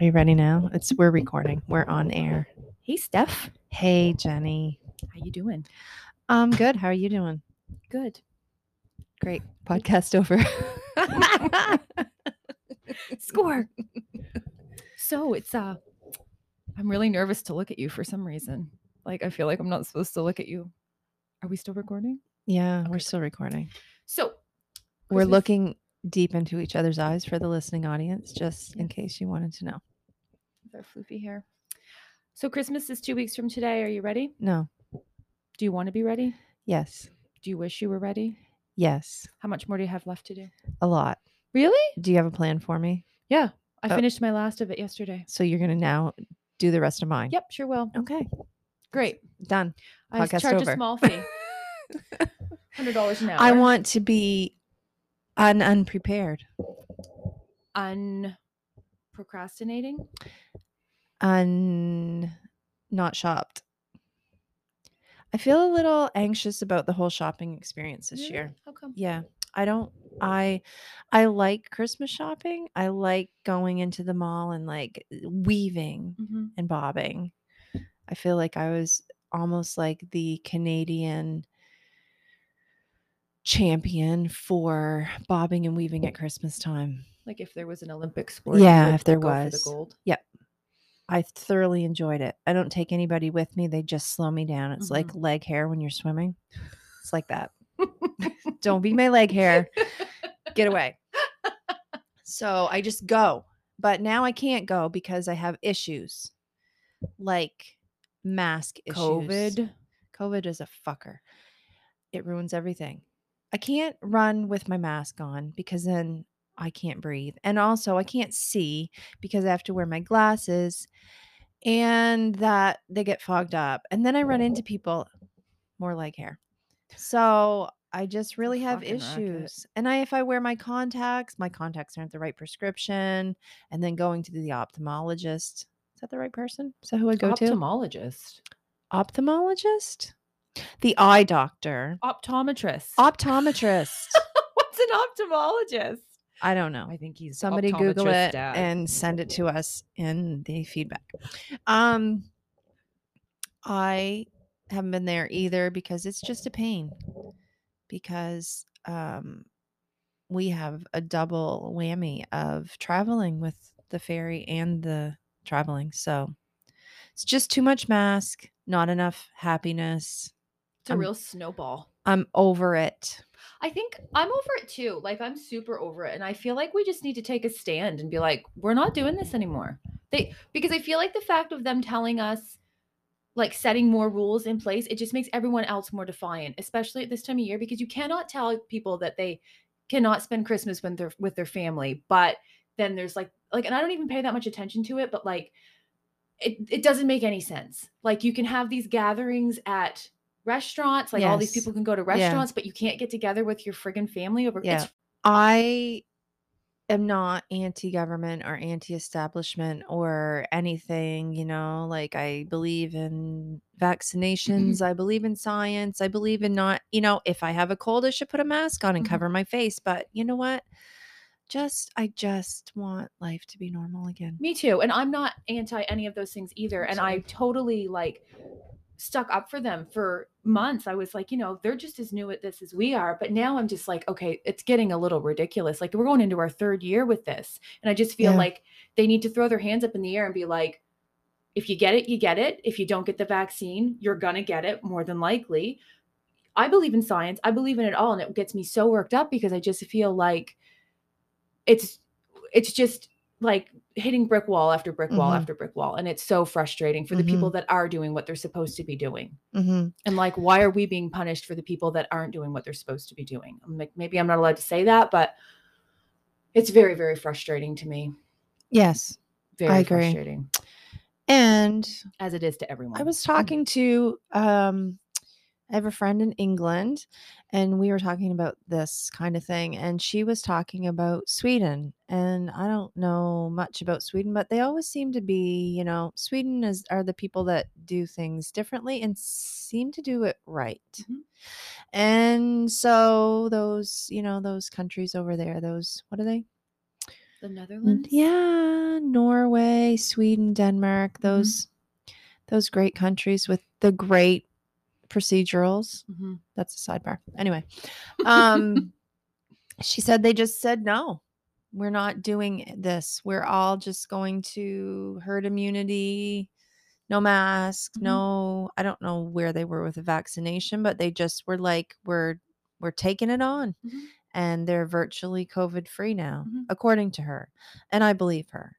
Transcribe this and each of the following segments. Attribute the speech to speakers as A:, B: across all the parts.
A: Are you ready now? It's we're recording. We're on air.
B: Hey, Steph.
A: Hey Jenny.
B: How you doing?
A: I'm good. How are you doing?
B: Good.
A: Great. Podcast over.
B: Score. so it's uh I'm really nervous to look at you for some reason. Like I feel like I'm not supposed to look at you. Are we still recording?
A: yeah,
B: Okay,
A: we're still recording.
B: So
A: We're
B: Christmas-
A: looking deep into each other's eyes for the listening audience, just in case you wanted to know.
B: with our floofy hair. So Christmas is two weeks from today. Are you ready?
A: No.
B: Do you want to be ready?
A: Yes.
B: Do you wish you were ready?
A: Yes.
B: How much more do you have left to do?
A: A lot.
B: Really?
A: Do you have a plan for me?
B: Yeah. I
A: Oh.
B: finished my last of it yesterday.
A: So you're gonna now do the rest of mine.
B: Yep, sure will.
A: Okay.
B: Great.
A: Done.
B: I just
A: Podcast
B: charge
A: over.
B: a small fee. Hundred dollars an hour.
A: I want to be un- unprepared.
B: un procrastinating.
A: un not shopped. I feel a little anxious about the whole shopping experience this
B: Really?
A: year.
B: How come?
A: Yeah. I don't I I like Christmas shopping. I like going into the mall and like weaving
B: hmm
A: and bobbing. I feel like I was almost like the Canadian champion for bobbing and weaving at Christmas time.
B: Like if there was an Olympic sport. you
A: Yeah,
B: would
A: if there
B: go for
A: was.
B: the gold.
A: I thoroughly enjoyed it. I don't take anybody with me. They just slow me down. It's like leg hair when you're swimming. It's like that. don't be my leg hair. Get away. So I just go. But now I can't go because I have issues like mask issues.
B: COVID.
A: COVID is a fucker. It ruins everything. I can't run with my mask on because then I can't breathe. And also, I can't see because I have to wear my glasses and that they get fogged up. And then I run
B: Oh.
A: into people more like hair. So I just really have
B: fucking
A: issues.
B: racket.
A: And I if I wear my contacts, my contacts aren't the right prescription. And then going to the ophthalmologist. Is that the right person? Is that who I go to?
B: Ophthalmologist.
A: ophthalmologist, the eye doctor,
B: Optometrist.
A: optometrist.
B: What's an ophthalmologist?
A: I don't know.
B: think he's
A: Somebody Google it
B: optometrist-dad.
A: and send it to us in the feedback. Um, I haven't been there either because it's just a pain. Because um, we have a double whammy of traveling with the ferry and the traveling, so it's just too much mask, not enough happiness.
B: it's a
A: I'm-
B: real snowball.
A: I'm over it.
B: I think I'm over it too. Like I'm super over it, and I feel like we just need to take a stand and be like, we're not doing this anymore. They because I feel like the fact of them telling us, like setting more rules in place, it just makes everyone else more defiant, especially at this time of year because you cannot tell people that they cannot spend Christmas when they're with their family, but then there's like like and I don't even pay that much attention to it, but like it it doesn't make any sense. Like you can have these gatherings at restaurants, like all these
A: Yes.
B: people can go to restaurants, but you can't get together with your friggin' family over.
A: Yeah.
B: It's,
A: I am not anti government or anti establishment or anything, you know, like I believe in Mm-hmm. vaccinations, I believe in science, I believe in not, you know, if I have a cold, I should put a mask on and
B: Mhm.
A: cover my face. But you know what? Just, I just want life to be normal again.
B: me too. And I'm not anti any of those things either. And I totally like stuck up for them for months. I was like, you know, they're just as new at this as we are. But now I'm just like, okay, it's getting a little ridiculous. Like we're going into our third year with this. And I just feel
A: Yeah.
B: like they need to throw their hands up in the air and be like, if you get it, you get it. If you don't get the vaccine, you're going to get it more than likely. I believe in science. I believe in it all and it gets me so worked up because I just feel like it's it's just like hitting brick wall after brick wall
A: Mhm.
B: after brick wall and it's so frustrating for the people that are doing what they're supposed to be doing.
A: Mm-hmm.
B: And like why are we being punished for the people that aren't doing what they're supposed to be doing? I'm like maybe I'm not allowed to say that, but it's very very frustrating to me.
A: Yes.
B: Very
A: agree.
B: frustrating
A: And
B: as it is to everyone.
A: I was talking to um, I have a friend in England, and we were talking about this kind of thing, and she was talking about Sweden. And I don't know much about Sweden, but they always seem to be, you know, Sweden is are the people that do things differently and seem to do it right.
B: Mhm.
A: And so those, you know, those countries over there, those what are they?
B: The
A: N-
B: Netherlands?
A: Yeah, Norway, Sweden, Denmark, those those great countries with the great procedurals.
B: Mhm.
A: That's a sidebar. Anyway, um she said they just said no. We're not doing this. We're all just going to herd immunity. No mask,
B: Mhm.
A: no I don't know where they were with the vaccination, but they just were like we're we're taking it on
B: Mhm.
A: and they're virtually COVID free now,
B: Mhm.
A: according to her. And I believe her.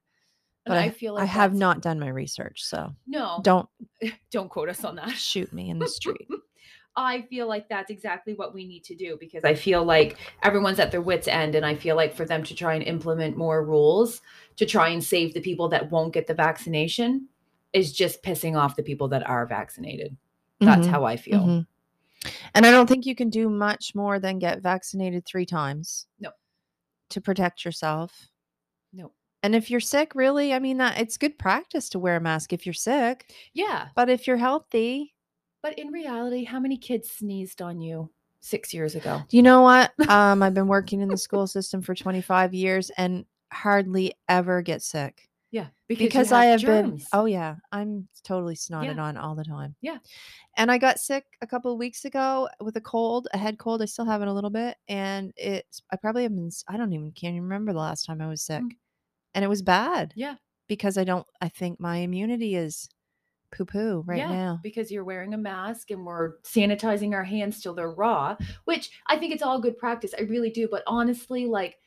B: And
A: But
B: I, feel like
A: I have
B: that's-
A: not done my research, so
B: No, don't
A: don't
B: don't quote us on that.
A: shoot me in the street.
B: I feel like that's exactly what we need to do because I feel like everyone's at their wits' end. And I feel like for them to try and implement more rules to try and save the people that won't get the vaccination is just pissing off the people that are vaccinated. That's
A: Mhm,
B: how I feel.
A: mhm. And I don't think you can do much more than get vaccinated three times.
B: No.
A: To protect yourself.
B: No.
A: And if you're sick, really, I mean that it's good practice to wear a mask if you're sick.
B: Yeah.
A: But if you're healthy,
B: But in reality, how many kids sneezed on you six years ago?
A: You know what? Um, I've been working in the school system for 25 years and hardly ever get sick
B: Yeah. you
A: because I have been.
B: germs.
A: Oh yeah, I'm totally snotted on all the time.
B: Yeah.
A: and I got sick a couple of weeks ago with a cold, a head cold. I still have it a little bit, and it's. I probably have been. s- I don't even can't even remember the last time I was sick, and it was bad.
B: Hmm. Yeah.
A: because I don't. I think my immunity is poo poo right
B: Yeah,
A: now.
B: because you're wearing a mask and we're sanitizing our hands till they're raw, which I think it's all good practice. I really do. But honestly, like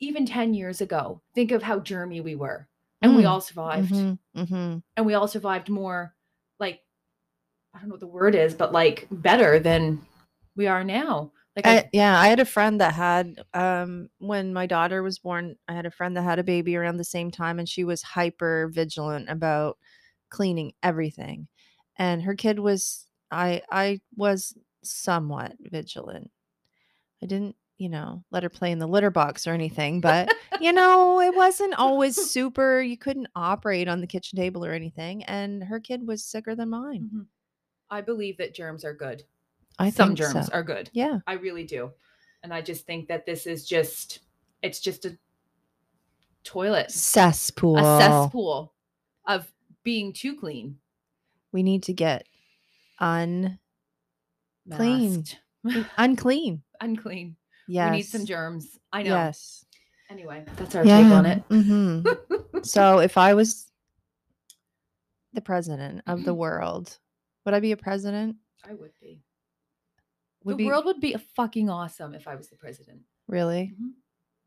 B: even 10 years ago, think of how germy we were. And we
A: Mm,
B: all survived.
A: hmm
B: And we all survived more like I don't know what the word is, but like better than we are now. Like I,
A: I, yeah, I had a friend that had um when my daughter was born, I had a friend that had a baby around the same time and she was hyper vigilant about cleaning everything. And her kid was I I was somewhat vigilant. I didn't, you know, let her play in the litter box or anything, but you know, it wasn't always super you couldn't operate on the kitchen table or anything and her kid was sicker than mine.
B: Mhm. I believe that germs are good.
A: I
B: Some
A: think
B: germs
A: so.
B: are good.
A: Yeah.
B: I really do. And I just think that this is just it's just a toilet.
A: Cesspool.
B: a cesspool of being too clean.
A: we need to get un Clean.
B: masked,
A: unclean.
B: unclean.
A: Yes.
B: Mm. We need some germs. I know.
A: Yes.
B: Anyway, that's our take on it.
A: hmm so if I was the president of
B: Mm-hmm.
A: the world, would I be a president?
B: I would be.
A: Would
B: the
A: be
B: world would be fucking awesome if I was the president.
A: really?
B: Mhm.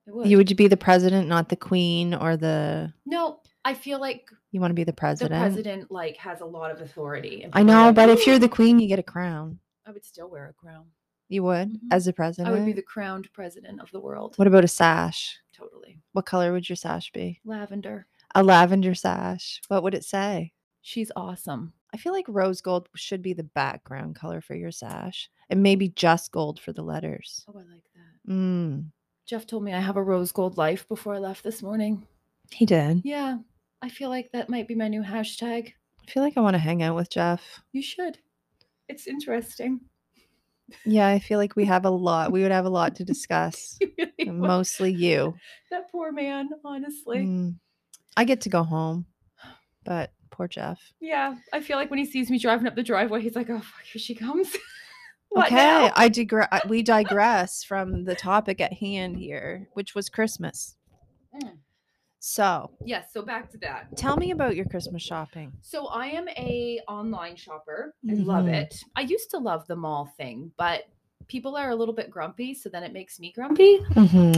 B: It would.
A: You would be the president, not the queen or the.
B: No, I feel like
A: You want to be the
B: the
A: president.
B: president like has a lot of authority. and
A: I
B: people are
A: know,
B: like,
A: but if you're the queen, you get a crown.
B: I would still wear a crown.
A: You would
B: Mhm.
A: as the president.
B: I would be the crowned president of the world.
A: What about a sash?
B: Totally.
A: What color would your sash be?
B: Lavender.
A: A lavender sash. What would it say?
B: She's awesome.
A: I feel like rose gold should be the background color for your sash, and maybe just gold for the letters.
B: Oh, I like that.
A: Mm,
B: Jeff told me I have a rose gold life before I left this morning.
A: he did.
B: Yeah, I feel like that might be my new hashtag.
A: I feel like I want to hang out with Jeff.
B: You should. It's interesting.
A: Yeah, I feel like we have a lot. We would have a lot to discuss.
B: You really would.
A: mostly you.
B: that poor man, honestly.
A: Mm. I get to go home, but poor Jeff.
B: Yeah, I feel like when he sees me driving up the driveway, he's like, "Oh fuck, here she comes."
A: okay,
B: now?
A: I digress. We digress from the topic at hand here, which was Christmas.
B: Mm.
A: So,
B: Yes. So back to that.
A: tell me about your Christmas shopping.
B: So I am a online shopper. I love
A: Mhm.
B: it. I used to love the mall thing, but people are a little bit grumpy, so then it makes me grumpy.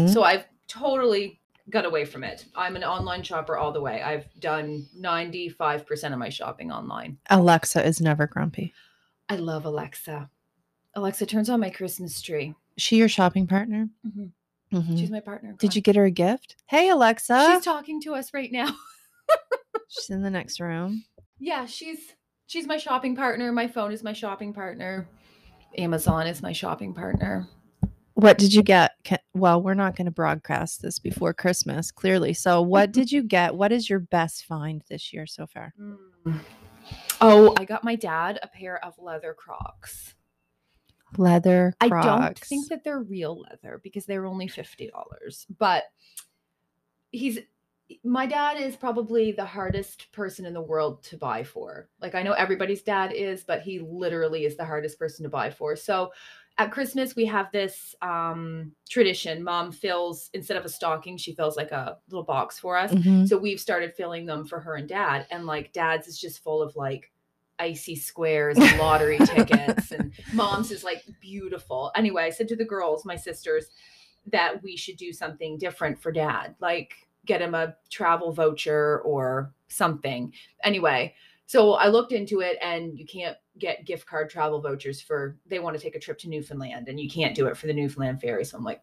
B: So I've totally got away from it. I'm an online shopper all the way. I've done 95% of my shopping online.
A: Alexa is never grumpy.
B: I love Alexa. Alexa turns on my Christmas tree.
A: She your shopping partner?
B: Mhm.
A: Mhm.
B: She's my partner. in
A: Did you get her a gift? Hey, Alexa.
B: crime.
A: She's,
B: She's talking to us right now.
A: in the next room.
B: yeah, she's she's my shopping partner. My phone is my shopping partner. Amazon is my shopping partner.
A: What did you get? Ca- Well, we're not going to broadcast this before Christmas, clearly. So, what did you get? What is your best find this year so far?
B: Hmm. Oh, I got my dad a pair of leather Crocs.
A: Leather Crocs.
B: I don't think that they're real leather because they were only fifty dollars. But he's my dad is probably the hardest person in the world to buy for. Like I know everybody's dad is, but he literally is the hardest person to buy for. So at Christmas we have this um, tradition. Mom fills instead of a stocking, she fills like a little box for us.
A: Mhm.
B: So we've started filling them for her and dad. And like dad's is just full of like icy squares and lottery tickets. And mom's is like beautiful. Anyway, I said to the girls, my sisters, that we should do something different for dad, like get him a travel voucher or something. Anyway, so I looked into it and you can't get gift card travel vouchers for they want to take a trip to Newfoundland and you can't do it for the Newfoundland ferry. So I'm like,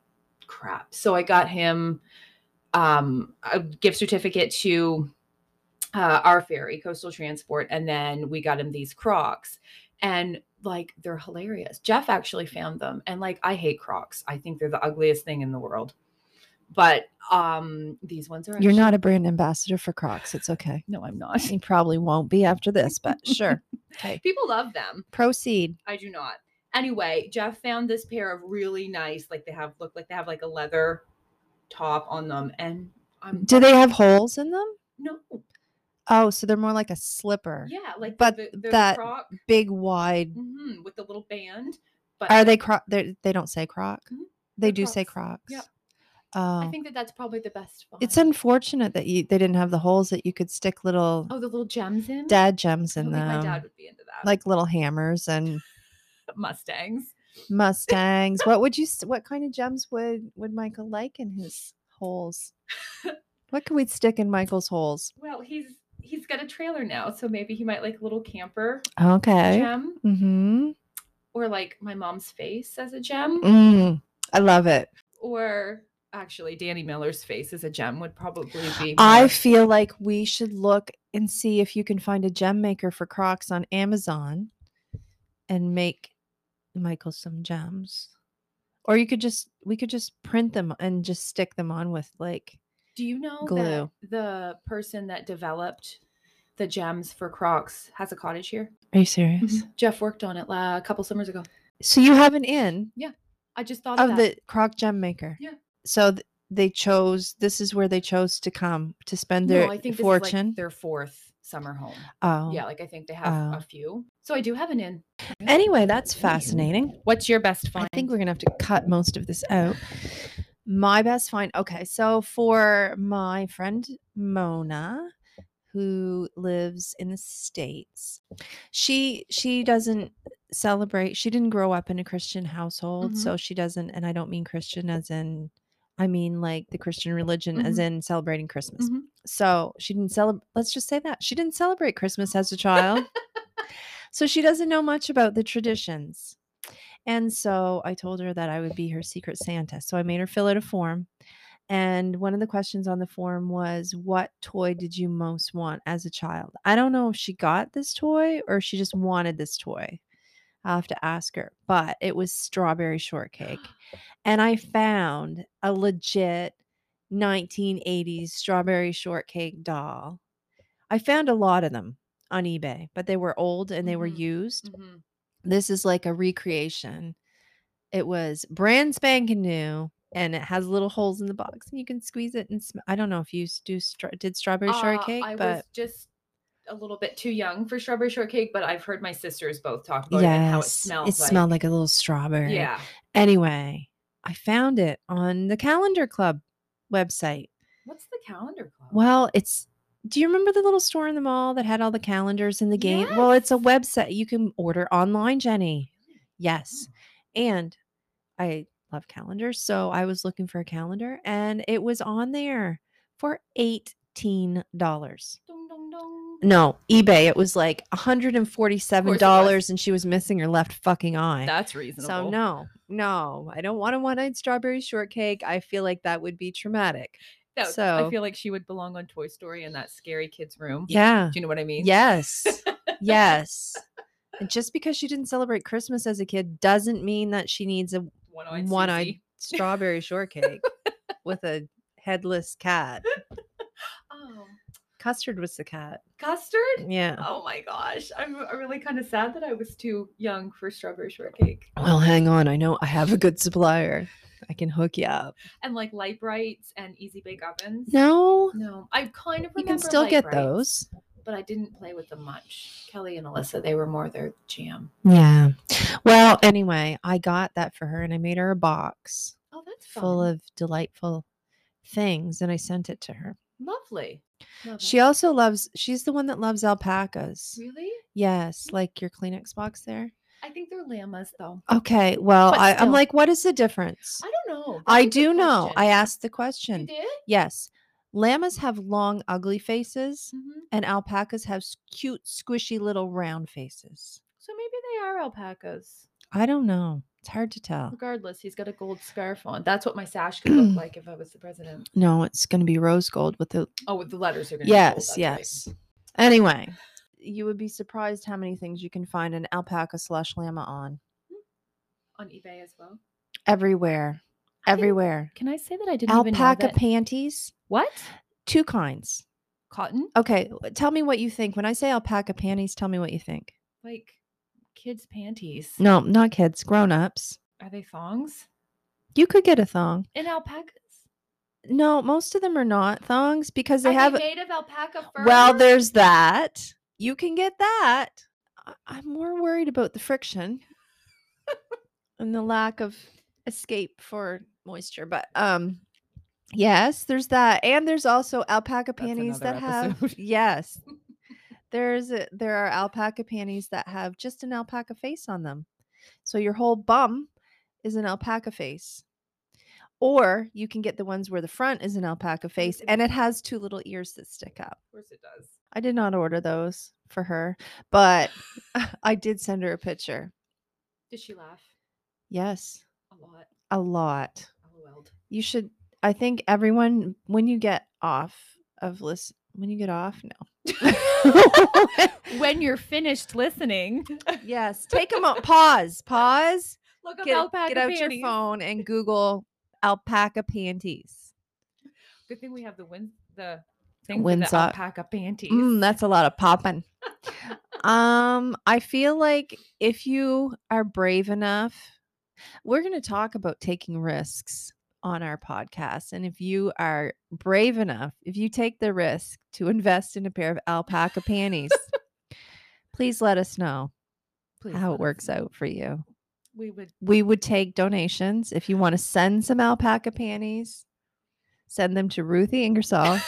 B: crap. So I got him um, a gift certificate to uh, our ferry, Coastal Transport, and then we got him these Crocs, and like they're hilarious. Jeff actually found them, and like I hate Crocs. I think they're the ugliest thing in the world. But um, these ones are.
A: You're
B: actually-
A: not a brand ambassador for Crocs. It's okay.
B: No, I'm not.
A: You probably won't be after this, but sure. Okay.
B: People love them.
A: Proceed.
B: I do not. Anyway, Jeff found this pair of really nice, like they have look like they have like a leather top on them, and I'm
A: Do they have holes in them?
B: no,
A: Oh, so they're more like a slipper.
B: yeah, like
A: But
B: the, the
A: that-
B: Croc
A: Big, wide.
B: mhm, with the little band. But
A: Are they croc? They they don't say croc.
B: Mhm.
A: They
B: They're
A: do say
B: Crocs.
A: crocs.
B: Yep.
A: Oh.
B: I think that that's probably the best. Find.
A: it's unfortunate that you they didn't have the holes that you could stick little
B: oh the little gems in.
A: dad gems
B: I
A: in
B: don't think
A: them,
B: my dad would be into that.
A: like little hammers and
B: Mustangs.
A: mustangs. what would you? s- What kind of gems would would Michael like in his holes? what could we stick in Michael's holes?
B: Well, he's he's got a trailer now, so maybe he might like a little camper
A: Okay.
B: gem
A: Mm-hmm.
B: or like my mom's face as a gem
A: Mm, I love it.
B: or actually Danny Miller's face as a gem would probably be.
A: I
B: more-
A: feel like we should look and see if you can find a gem maker for Crocs on Amazon and make Michael some gems. Or you could just we could just print them and just stick them on with like
B: do you know
A: glue.
B: that the person that developed the gems for Crocs has a cottage here?
A: Are you serious?
B: Jeff worked on it la- a couple summers ago.
A: Mm-hmm. So you have an in
B: I just thought of
A: of
B: that.
A: the Croc gem maker.
B: Yeah.
A: So th- they chose this is where they chose to come to spend their
B: no, I think this is, like,
A: fortune.
B: their fourth summer home.
A: oh.
B: Yeah, like I think they have
A: Oh.
B: a few. So I do have an in.
A: Anyway, that's fascinating.
B: What's your best find?
A: I think we're gonna have to cut most of this out. My best find. Okay, so for my friend Mona, who lives in the states, she she doesn't celebrate. She didn't grow up in a Christian household,
B: Mhm.
A: so she doesn't. And I don't mean Christian as in, I mean like the Christian religion as
B: Mhm.
A: in celebrating Christmas.
B: Mhm.
A: So she didn't celebrate. Let's just say that she didn't celebrate Christmas as a child. So she doesn't know much about the traditions. And so I told her that I would be her secret Santa. So I made her fill out a form. And one of the questions on the form was, What toy did you most want as a child? I don't know if she got this toy or she just wanted this toy. I'll have to ask her. But it was strawberry shortcake. And I found a legit 1980s strawberry shortcake doll. I found a lot of them on eBay, but they were old and they were
B: Mhm.
A: used.
B: Mhm.
A: This is like a recreation. It was brand spanking new and it has little holes in the box and you can squeeze it and sm- I don't know if you s- do stra- did strawberry
B: Uh,
A: shortcake,
B: I
A: but
B: was just a little bit too young for strawberry shortcake, but I've heard my sisters both talk about it and how it smells.
A: it smelled like a little strawberry.
B: yeah.
A: Anyway, I found it on the Calendar Club website.
B: What's the calendar club?
A: Well, it's do you remember the little store in the mall that had all the calendars in the game? Well, it's a
B: Yes.
A: website you can order online, Jenny. Yes.
B: Mm.
A: And I love calendars, so I was looking for a calendar and it was on there for $18.
B: Dong, dong, dong.
A: No, eBay. It was like $147
B: was.
A: and she was missing her left fucking eye.
B: That's reasonable.
A: So no, no, I don't want a one-eyed strawberry shortcake. I feel like that would be traumatic.
B: That-
A: so-
B: I feel like she would belong on Toy Story in that scary kid's room.
A: Yeah.
B: Do you know what I mean?
A: Yes. yes. And just because she didn't celebrate Christmas as a kid doesn't mean that she needs a
B: One-eyed
A: One-eyed.
B: Susie.
A: strawberry shortcake with a headless cat.
B: Oh,
A: Custard was the cat.
B: custard.
A: Yeah.
B: Oh my gosh, I'm, I'm really kind of sad that I was too young for strawberry shortcake
A: Well, hang on. I know I have a good supplier. I can hook you up.
B: and like light brights and easy bake ovens.
A: No,
B: No, I kind of remember
A: you can still
B: Light
A: get
B: Brights,
A: those.
B: but I didn't play with them much. Kelly and Alyssa, they were more their jam.
A: Yeah. Well, anyway, I got that for her and I made her a box
B: Oh, that's fun.
A: full of delightful things and I sent it to her.
B: lovely. Love
A: She
B: it.
A: also loves, she's the one that loves alpacas.
B: really?
A: Yes, like your Kleenex box there.
B: I think they're llamas though.
A: Okay. Well,
B: But
A: I, I'm
B: still.
A: like, what is the difference?
B: I don't know. That's
A: I
B: a good
A: do know. I
B: question.
A: asked the
B: You
A: question.
B: did.
A: Yes. Llamas have long, ugly faces,
B: hmm
A: and alpacas have s- cute, squishy little round faces.
B: So maybe they are alpacas.
A: I don't know. It's hard to tell.
B: Regardless, he's got a gold scarf on. That's what my sash could look like if I was the president.
A: No, it's going to be rose gold with the.
B: Oh, with the letters are going to
A: Yes, yes. Anyway, you would be surprised how many things you can find an alpaca slash llama on.
B: On eBay as well.
A: Everywhere.
B: I didn't-
A: Everywhere.
B: Can I say that I didn't even know
A: Alpaca
B: that?
A: panties,
B: what?
A: two kinds.
B: Cotton?
A: Okay, tell me what you think. When I say alpaca panties, tell me what you think.
B: Like kids' panties.
A: No, not kids, grown ups.
B: Are they thongs?
A: You could get a thong.
B: In alpacas?
A: No, most of them are not thongs because they
B: Are
A: have.
B: made of alpaca fur?
A: well, there's that. You can get that. I- I'm more worried about the friction and the lack of escape for moisture. But um, yes, there's that, and there's also alpaca
B: That's
A: panties that
B: another
A: have
B: episode.
A: yes. There's a, there are alpaca panties that have just an alpaca face on them, so your whole bum is an alpaca face. Or you can get the ones where the front is an alpaca face
B: can-
A: and it has two little ears that stick up.
B: Of course it does.
A: I did not order those for her, but I did send her a picture.
B: Did she laugh?
A: Yes,
B: A lot.
A: a lot.
B: LOL'd.
A: You should, I think everyone, when you get off of list, when you get off, no.
B: when you're finished listening,
A: yes, take a moment, pause, pause,
B: look up
A: get,
B: alpaca
A: get out
B: panties.
A: your phone and Google alpaca panties.
B: Good thing we have the wind the thing for
A: Windsock.
B: the alpaca panties.
A: Mm, that's a lot of popping. um, I feel like if you are brave enough, we're going to talk about taking risks on our podcast. And if you are brave enough, if you take the risk to invest in a pair of alpaca panties, please let us know
B: Please
A: how it
B: let us
A: works
B: know.
A: out for you.
B: We would
A: We would take donations. If you want to send some alpaca panties, send them to Ruthie Ingersoll.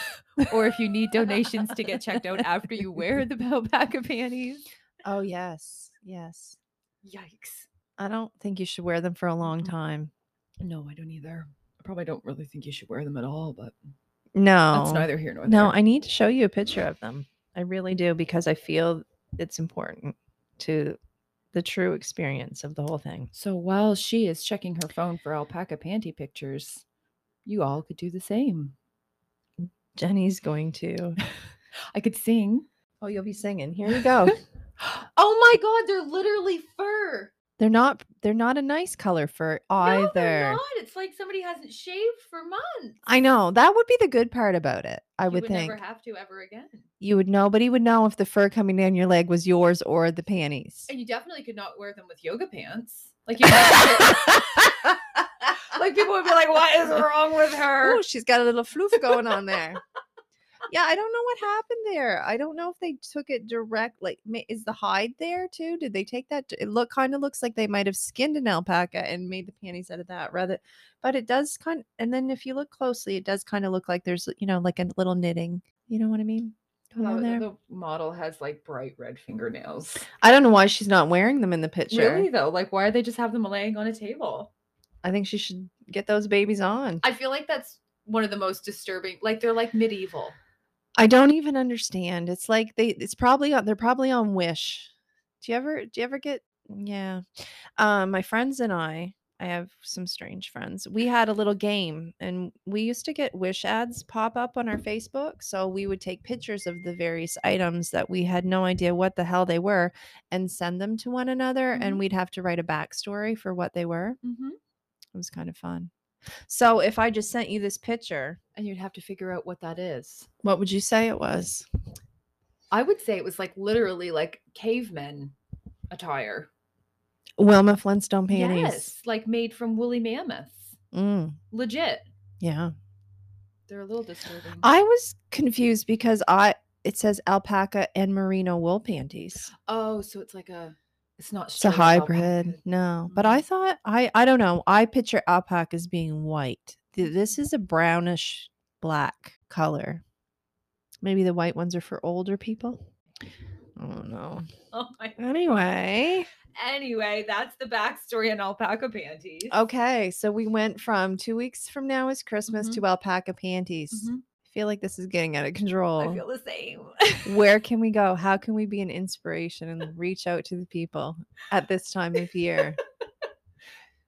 B: or if you need donations to get checked out after you wear the alpaca panties.
A: oh, yes. Yes.
B: Yikes.
A: I don't think you should wear them for a long
B: Mm-mm.
A: time.
B: No, I don't either. I probably don't really think you should wear them at all, but
A: No.
B: that's neither here nor there.
A: no, I need to show you a picture of them. I really do because I feel it's important to the true experience of the whole thing.
B: so while she is checking her phone for alpaca panty pictures, you all could do the same.
A: Jenny's going to.
B: I could sing.
A: Oh, you'll be singing. Here you go.
B: oh my god, they're literally fur.
A: they're not they're not a nice color for
B: No,
A: either.
B: they're not. It's like somebody hasn't shaved for months.
A: I know. That would be the good part about it. I
B: You
A: would, think.
B: never have to ever again.
A: you would nobody would know if the fur coming down your leg was yours or the panties.
B: And you definitely could not wear them with yoga pants. Like you couldn't- like people would be like, "What is wrong with her?"
A: Oh, she's got a little floof going on there. yeah, I don't know what happened there. I don't know if they took it direct. Like, ma- is the hide there too? Did they take that? It look kind of looks like they might have skinned an alpaca and made the panties out of that rather. But it does kind. and then if you look closely, it does kind of look like there's you know like a little knitting. You know what I mean? Going on there.
B: Oh, the model has like bright red fingernails.
A: I don't know why she's not wearing them in the picture.
B: Really though, like why are they just have them laying on a table?
A: I think she should get those babies on.
B: I feel like that's one of the most disturbing. Like they're like medieval.
A: I don't even understand. It's like they it's probably on they're probably on Wish. Do you ever do you ever get yeah. Um my Uh, friends and I I have some strange friends. We had a little game and we used to get wish ads pop up on our Facebook. So we would take pictures of the various items that we had no idea what the hell they were and send them to one another.
B: Mhm.
A: And we'd have to write a backstory for what they were.
B: Mm-hmm.
A: It was kind of fun. So if I just sent you this picture,
B: And you'd have to figure out what that is.
A: what would you say it was?
B: I would say it was like literally like cavemen attire.
A: Wilma Flintstone panties.
B: Yes, like made from woolly mammoths.
A: Mm,
B: Legit.
A: yeah.
B: They're a little disturbing.
A: I was confused because I it says alpaca and merino wool panties.
B: oh, so it's like a. It's not.
A: It's a
B: straight alpaca.
A: hybrid. No, but I
B: Mhm.
A: thought I I don't know. I picture alpaca as being white. Th- This is a brownish black color. Maybe the white ones are for older people. I don't know.
B: Oh my.
A: Anyway,
B: Anyway, that's the backstory on alpaca panties.
A: okay. So we went from two weeks from now is Christmas
B: Mhm.
A: to alpaca panties.
B: Mhm.
A: I feel like this is getting out of control.
B: I feel the same.
A: where can we go? How can we be an inspiration and reach out to the people at this time of year?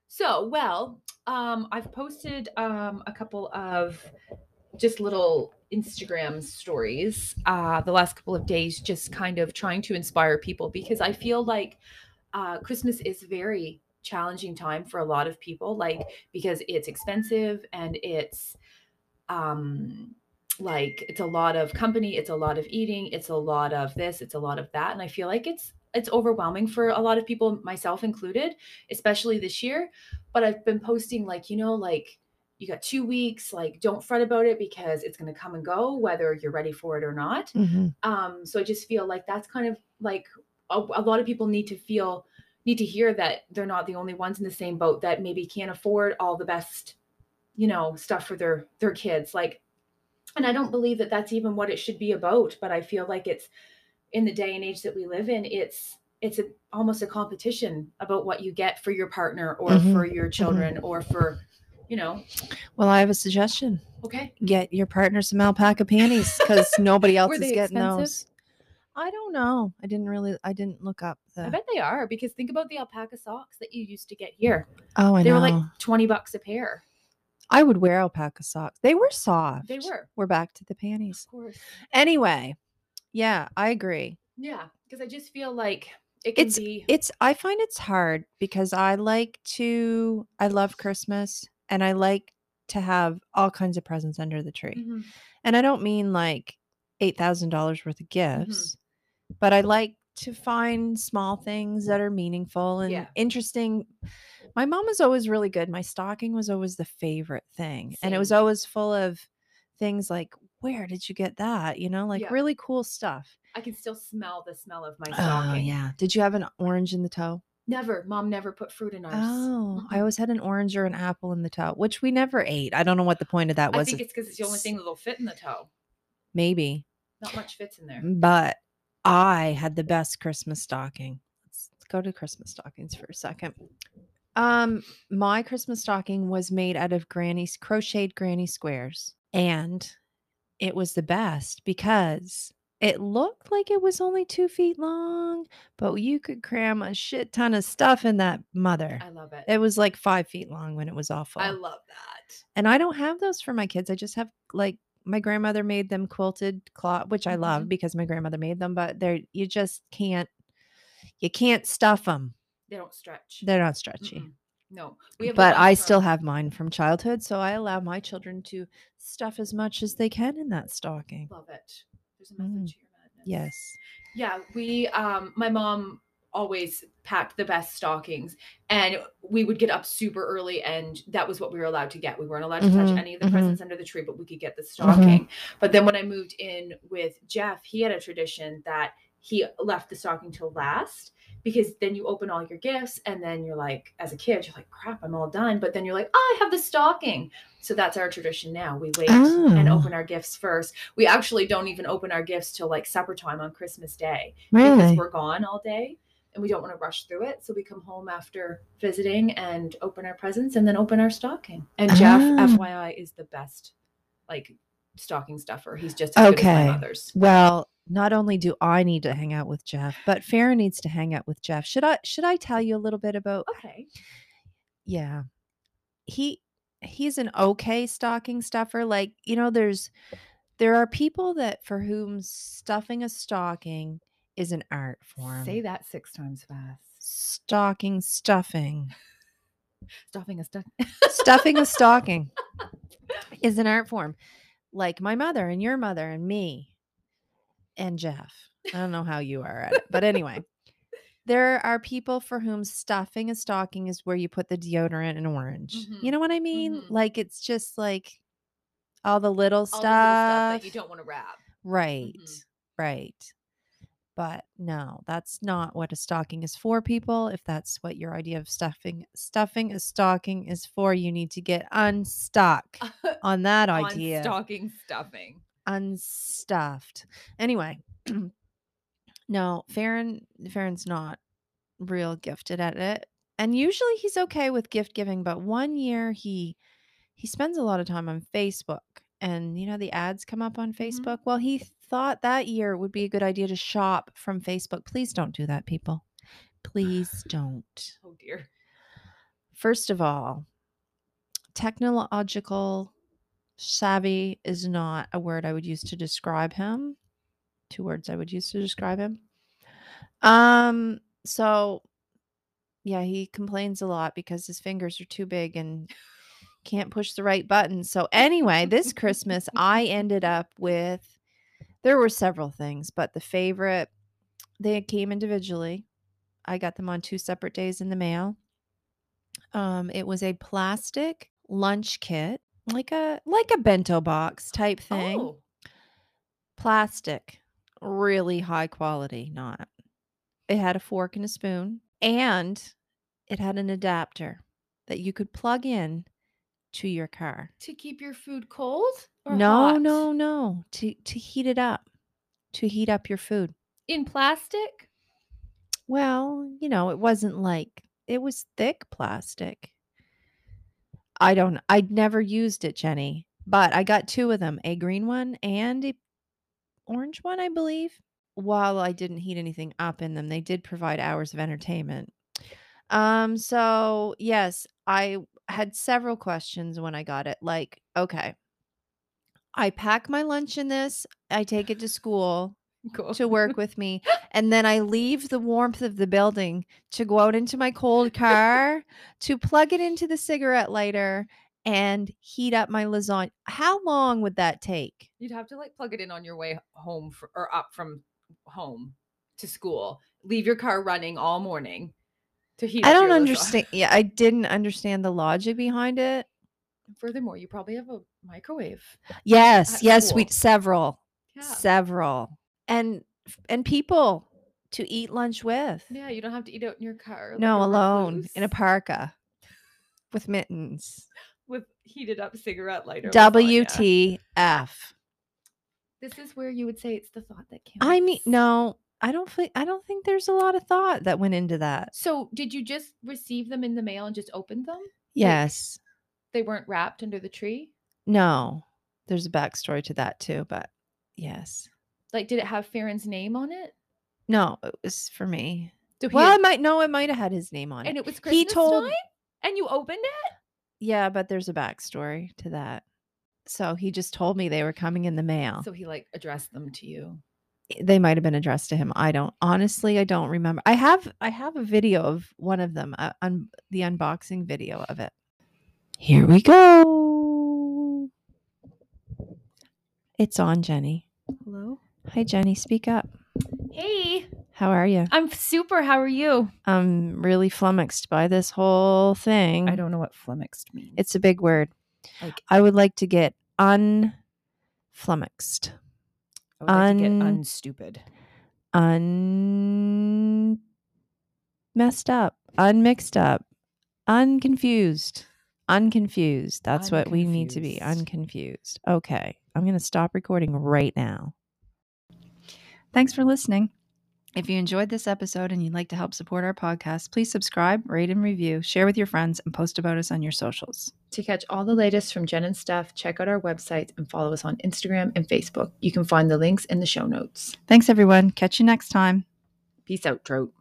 B: So, well, um, I've posted um, a couple of just little Instagram stories uh, the last couple of days, just kind of trying to inspire people because I feel like uh, Christmas is a very challenging time for a lot of people, like because it's expensive and it's um, like it's a lot of company, it's a lot of eating, it's a lot of this, it's a lot of that, and I feel like it's it's overwhelming for a lot of people, myself included, especially this year. But I've been posting like you know like you got two weeks like don't fret about it because it's going to come and go whether you're ready for it or not
A: Mm-hmm.
B: um so i just feel like that's kind of like a, a lot of people need to feel need to hear that they're not the only ones in the same boat that maybe can't afford all the best you know stuff for their their kids like and i don't believe that that's even what it should be about but i feel like it's in the day and age that we live in it's it's a, almost a competition about what you get for your partner or
A: Mhm.
B: for your children or for you know
A: Well, I have a suggestion.
B: okay
A: Get your partner some alpaca panties because nobody else
B: Were
A: is
B: they
A: getting
B: expensive?
A: those. I don't know. I didn't really. I didn't look up the.
B: I bet they are because think about the alpaca socks that you used to get here.
A: oh, I
B: they
A: know.
B: were like 20 bucks a pair.
A: I would wear alpaca socks. They were soft.
B: They were.
A: We're back to the panties.
B: Of course.
A: Anyway, yeah, I agree.
B: Yeah, because I just feel like it can
A: It's
B: be
A: it's i find it's hard because i like to i love christmas and i like to have all kinds of presents under the tree
B: Mhm,
A: and i don't mean like $8000 worth of
B: Mm-hmm.
A: gifts but i like to find small things that are meaningful and
B: Yeah.
A: interesting my mom was always really good my stocking was always the favorite thing and it was
B: Same.
A: always full of things like where did you get that you know like
B: Yeah.
A: really cool stuff
B: I can still smell the smell of my
A: oh
B: stocking.
A: yeah did you have an orange in the toe
B: Never. Mom never put fruit in ours.
A: Oh, I
B: Mhm.
A: always had an orange or an apple in the toe, which we never ate. I don't know what the point of that
B: I
A: was.
B: think it's because it's the only thing that'll fit in the toe.
A: Maybe,
B: Not much fits in there.
A: but I had the best Christmas stocking. Let's go to Christmas stockings for a second. Um, my Christmas stocking was made out of granny's crocheted granny squares, and it was the best because it looked like it was only two feet long, but you could cram a shit ton of stuff in that mother.
B: I love it.
A: It was like five feet long when it was all full.
B: I love that.
A: and I don't have those for my kids. I just have like my grandmother made them quilted cloth, which I love
B: Mhm.
A: because my grandmother made them, but they're you just can't you can't stuff them.
B: They don't stretch.
A: They're not stretchy.
B: Mm-mm. No. Mm-hmm, We have the
A: But
B: ones
A: I
B: from-
A: still have mine from childhood, so I allow my children to stuff as much as they can in that stocking.
B: love it. There's a method
A: Mm.
B: to your madness.
A: Yes.
B: Yeah, we um my mom always packed the best stockings and we would get up super early and that was what we were allowed to get. We weren't allowed to
A: Mhm,
B: touch any of the
A: mhm.
B: presents under the tree, but we could get the stocking. But then when I moved in with Jeff, he had a tradition that he left the stocking till last because then you open all your gifts and then you're like as a kid you're like crap I'm all done but then you're like oh, I have the stocking. So that's our tradition now. We wait and
A: Oh.
B: open our gifts first. We actually don't even open our gifts till like supper time on Christmas Day because
A: Really?
B: we're gone all day and we don't want to rush through it. So we come home after visiting and open our presents and then open our stocking. And Jeff,
A: Ah.
B: FYI, is the best like stocking stuffer. He's just as good as
A: Okay.
B: my mother's.
A: Well, not only do I need to hang out with Jeff, but Farah needs to hang out with Jeff. Should I should I tell you a little bit about
B: Okay.
A: yeah he he's an okay stocking stuffer like you know there's there are people that for whom stuffing a stocking is an art form
B: Say that six times fast.
A: stocking stuffing
B: Stuffing a stuff.
A: stuffing a stocking is an art form like my mother and your mother and me and jeff i don't know how you are at it but anyway there are people for whom stuffing a stocking is where you put the deodorant and orange you
B: Mhm,
A: know what i mean
B: mhm.
A: like it's just like all the little
B: All
A: stuff,
B: the little stuff that you don't want to wrap.
A: right right but no that's not what a stocking is for people if that's what your idea of stuffing stuffing a stocking is for you need to get unstuck on that
B: On
A: idea
B: stocking stuffing.
A: unstuffed anyway no farron farron's not real gifted at it and usually he's okay with gift giving but one year he he spends a lot of time on facebook and you know the ads come up on facebook well he thought that year it would be a good idea to shop from facebook please don't do that people please don't
B: Oh dear.
A: first of all, technological savvy is not a word I would use to describe him. Two words I would use to describe him. Um, so yeah, he complains a lot because his fingers are too big and can't push the right button. So anyway, this Christmas I ended up with there were several things, but the favorite they came individually. I got them on two separate days in the mail. Um, it was a plastic lunch kit, like a like a bento box type thing.
B: Oh.
A: Plastic, really high quality, not. It had a fork and a spoon, and it had an adapter that you could plug in to your car.
B: To keep your food cold or
A: no,
B: hot?
A: no, no. To to heat it up. To heat up your food.
B: In plastic?
A: Well, you know, it wasn't like it was thick plastic. I don't I'd never used it, Jenny, but I got two of them, a green one and a orange one, I believe. While I didn't heat anything up in them, they did provide hours of entertainment. Um so, yes, I had several questions when I got it like, okay, I pack my lunch in this, I take it to school
B: Cool.
A: to work with me and then i leave the warmth of the building to go out into my cold car to plug it into the cigarette lighter and heat up my lasagna how long would that take
B: You'd have to like plug it in on your way home fr- or up from home to school. Leave your car running all morning to heat.
A: i
B: up
A: don't
B: your lasagna.
A: understand yeah i didn't understand the logic behind it
B: Furthermore, you probably have a microwave.
A: yes
B: At
A: yes we
B: school.
A: several
B: Yeah.
A: several and and people to eat lunch with
B: yeah, you don't have to eat out in your car. like
A: no alone in a
B: recluse
A: parka with mittens
B: with heated up cigarette lighter. lasagna.
A: wtf
B: This is where you would say it's the thought that counts.
A: I mean, no, I don't think I don't think there's a lot of thought that went into that.
B: So, did you just receive them in the mail and just open them?
A: Yes.
B: They weren't wrapped under the tree.
A: No. There's a backstory to that too, but yes.
B: Like, did it have Farron's name on it?
A: No, it was for me.
B: So he
A: Well, I
B: had-
A: might no, it might have had his name on
B: and
A: it.
B: it was Christmas
A: he told-
B: time, and you opened it.
A: Yeah, but there's a backstory to that. So he just told me they were coming in the mail.
B: So he like addressed them to you.
A: eh, they might have been addressed to him. I don't honestly, I don't remember. I have I have a video of one of them, uh, un, the unboxing video of it. Here we go. It's on, Jenny.
B: Hello.
A: Hi, Jenny. Speak up.
B: Hey,
A: How are you?
B: I'm super. How are you?
A: I'm really flummoxed by this whole thing.
B: I don't know what flummoxed means.
A: It's a big word.
B: Like-
A: I would like to get unflummoxed,
B: I
A: would like to get un-
B: unstupid.
A: un messed up, unmixed up, unconfused, unconfused. That's what we need to be. Unconfused. Okay, I'm gonna stop recording right now.
C: Thanks for listening. If you enjoyed this episode and you'd like to help support our podcast, please subscribe, rate and review, share with your friends, and post about us on your socials.
B: To catch all the latest from Jen and Steph, check out our websites and follow us on Instagram and Facebook. You can find the links in the show notes.
C: Thanks, everyone. Catch you next time.
B: Peace out, Trout.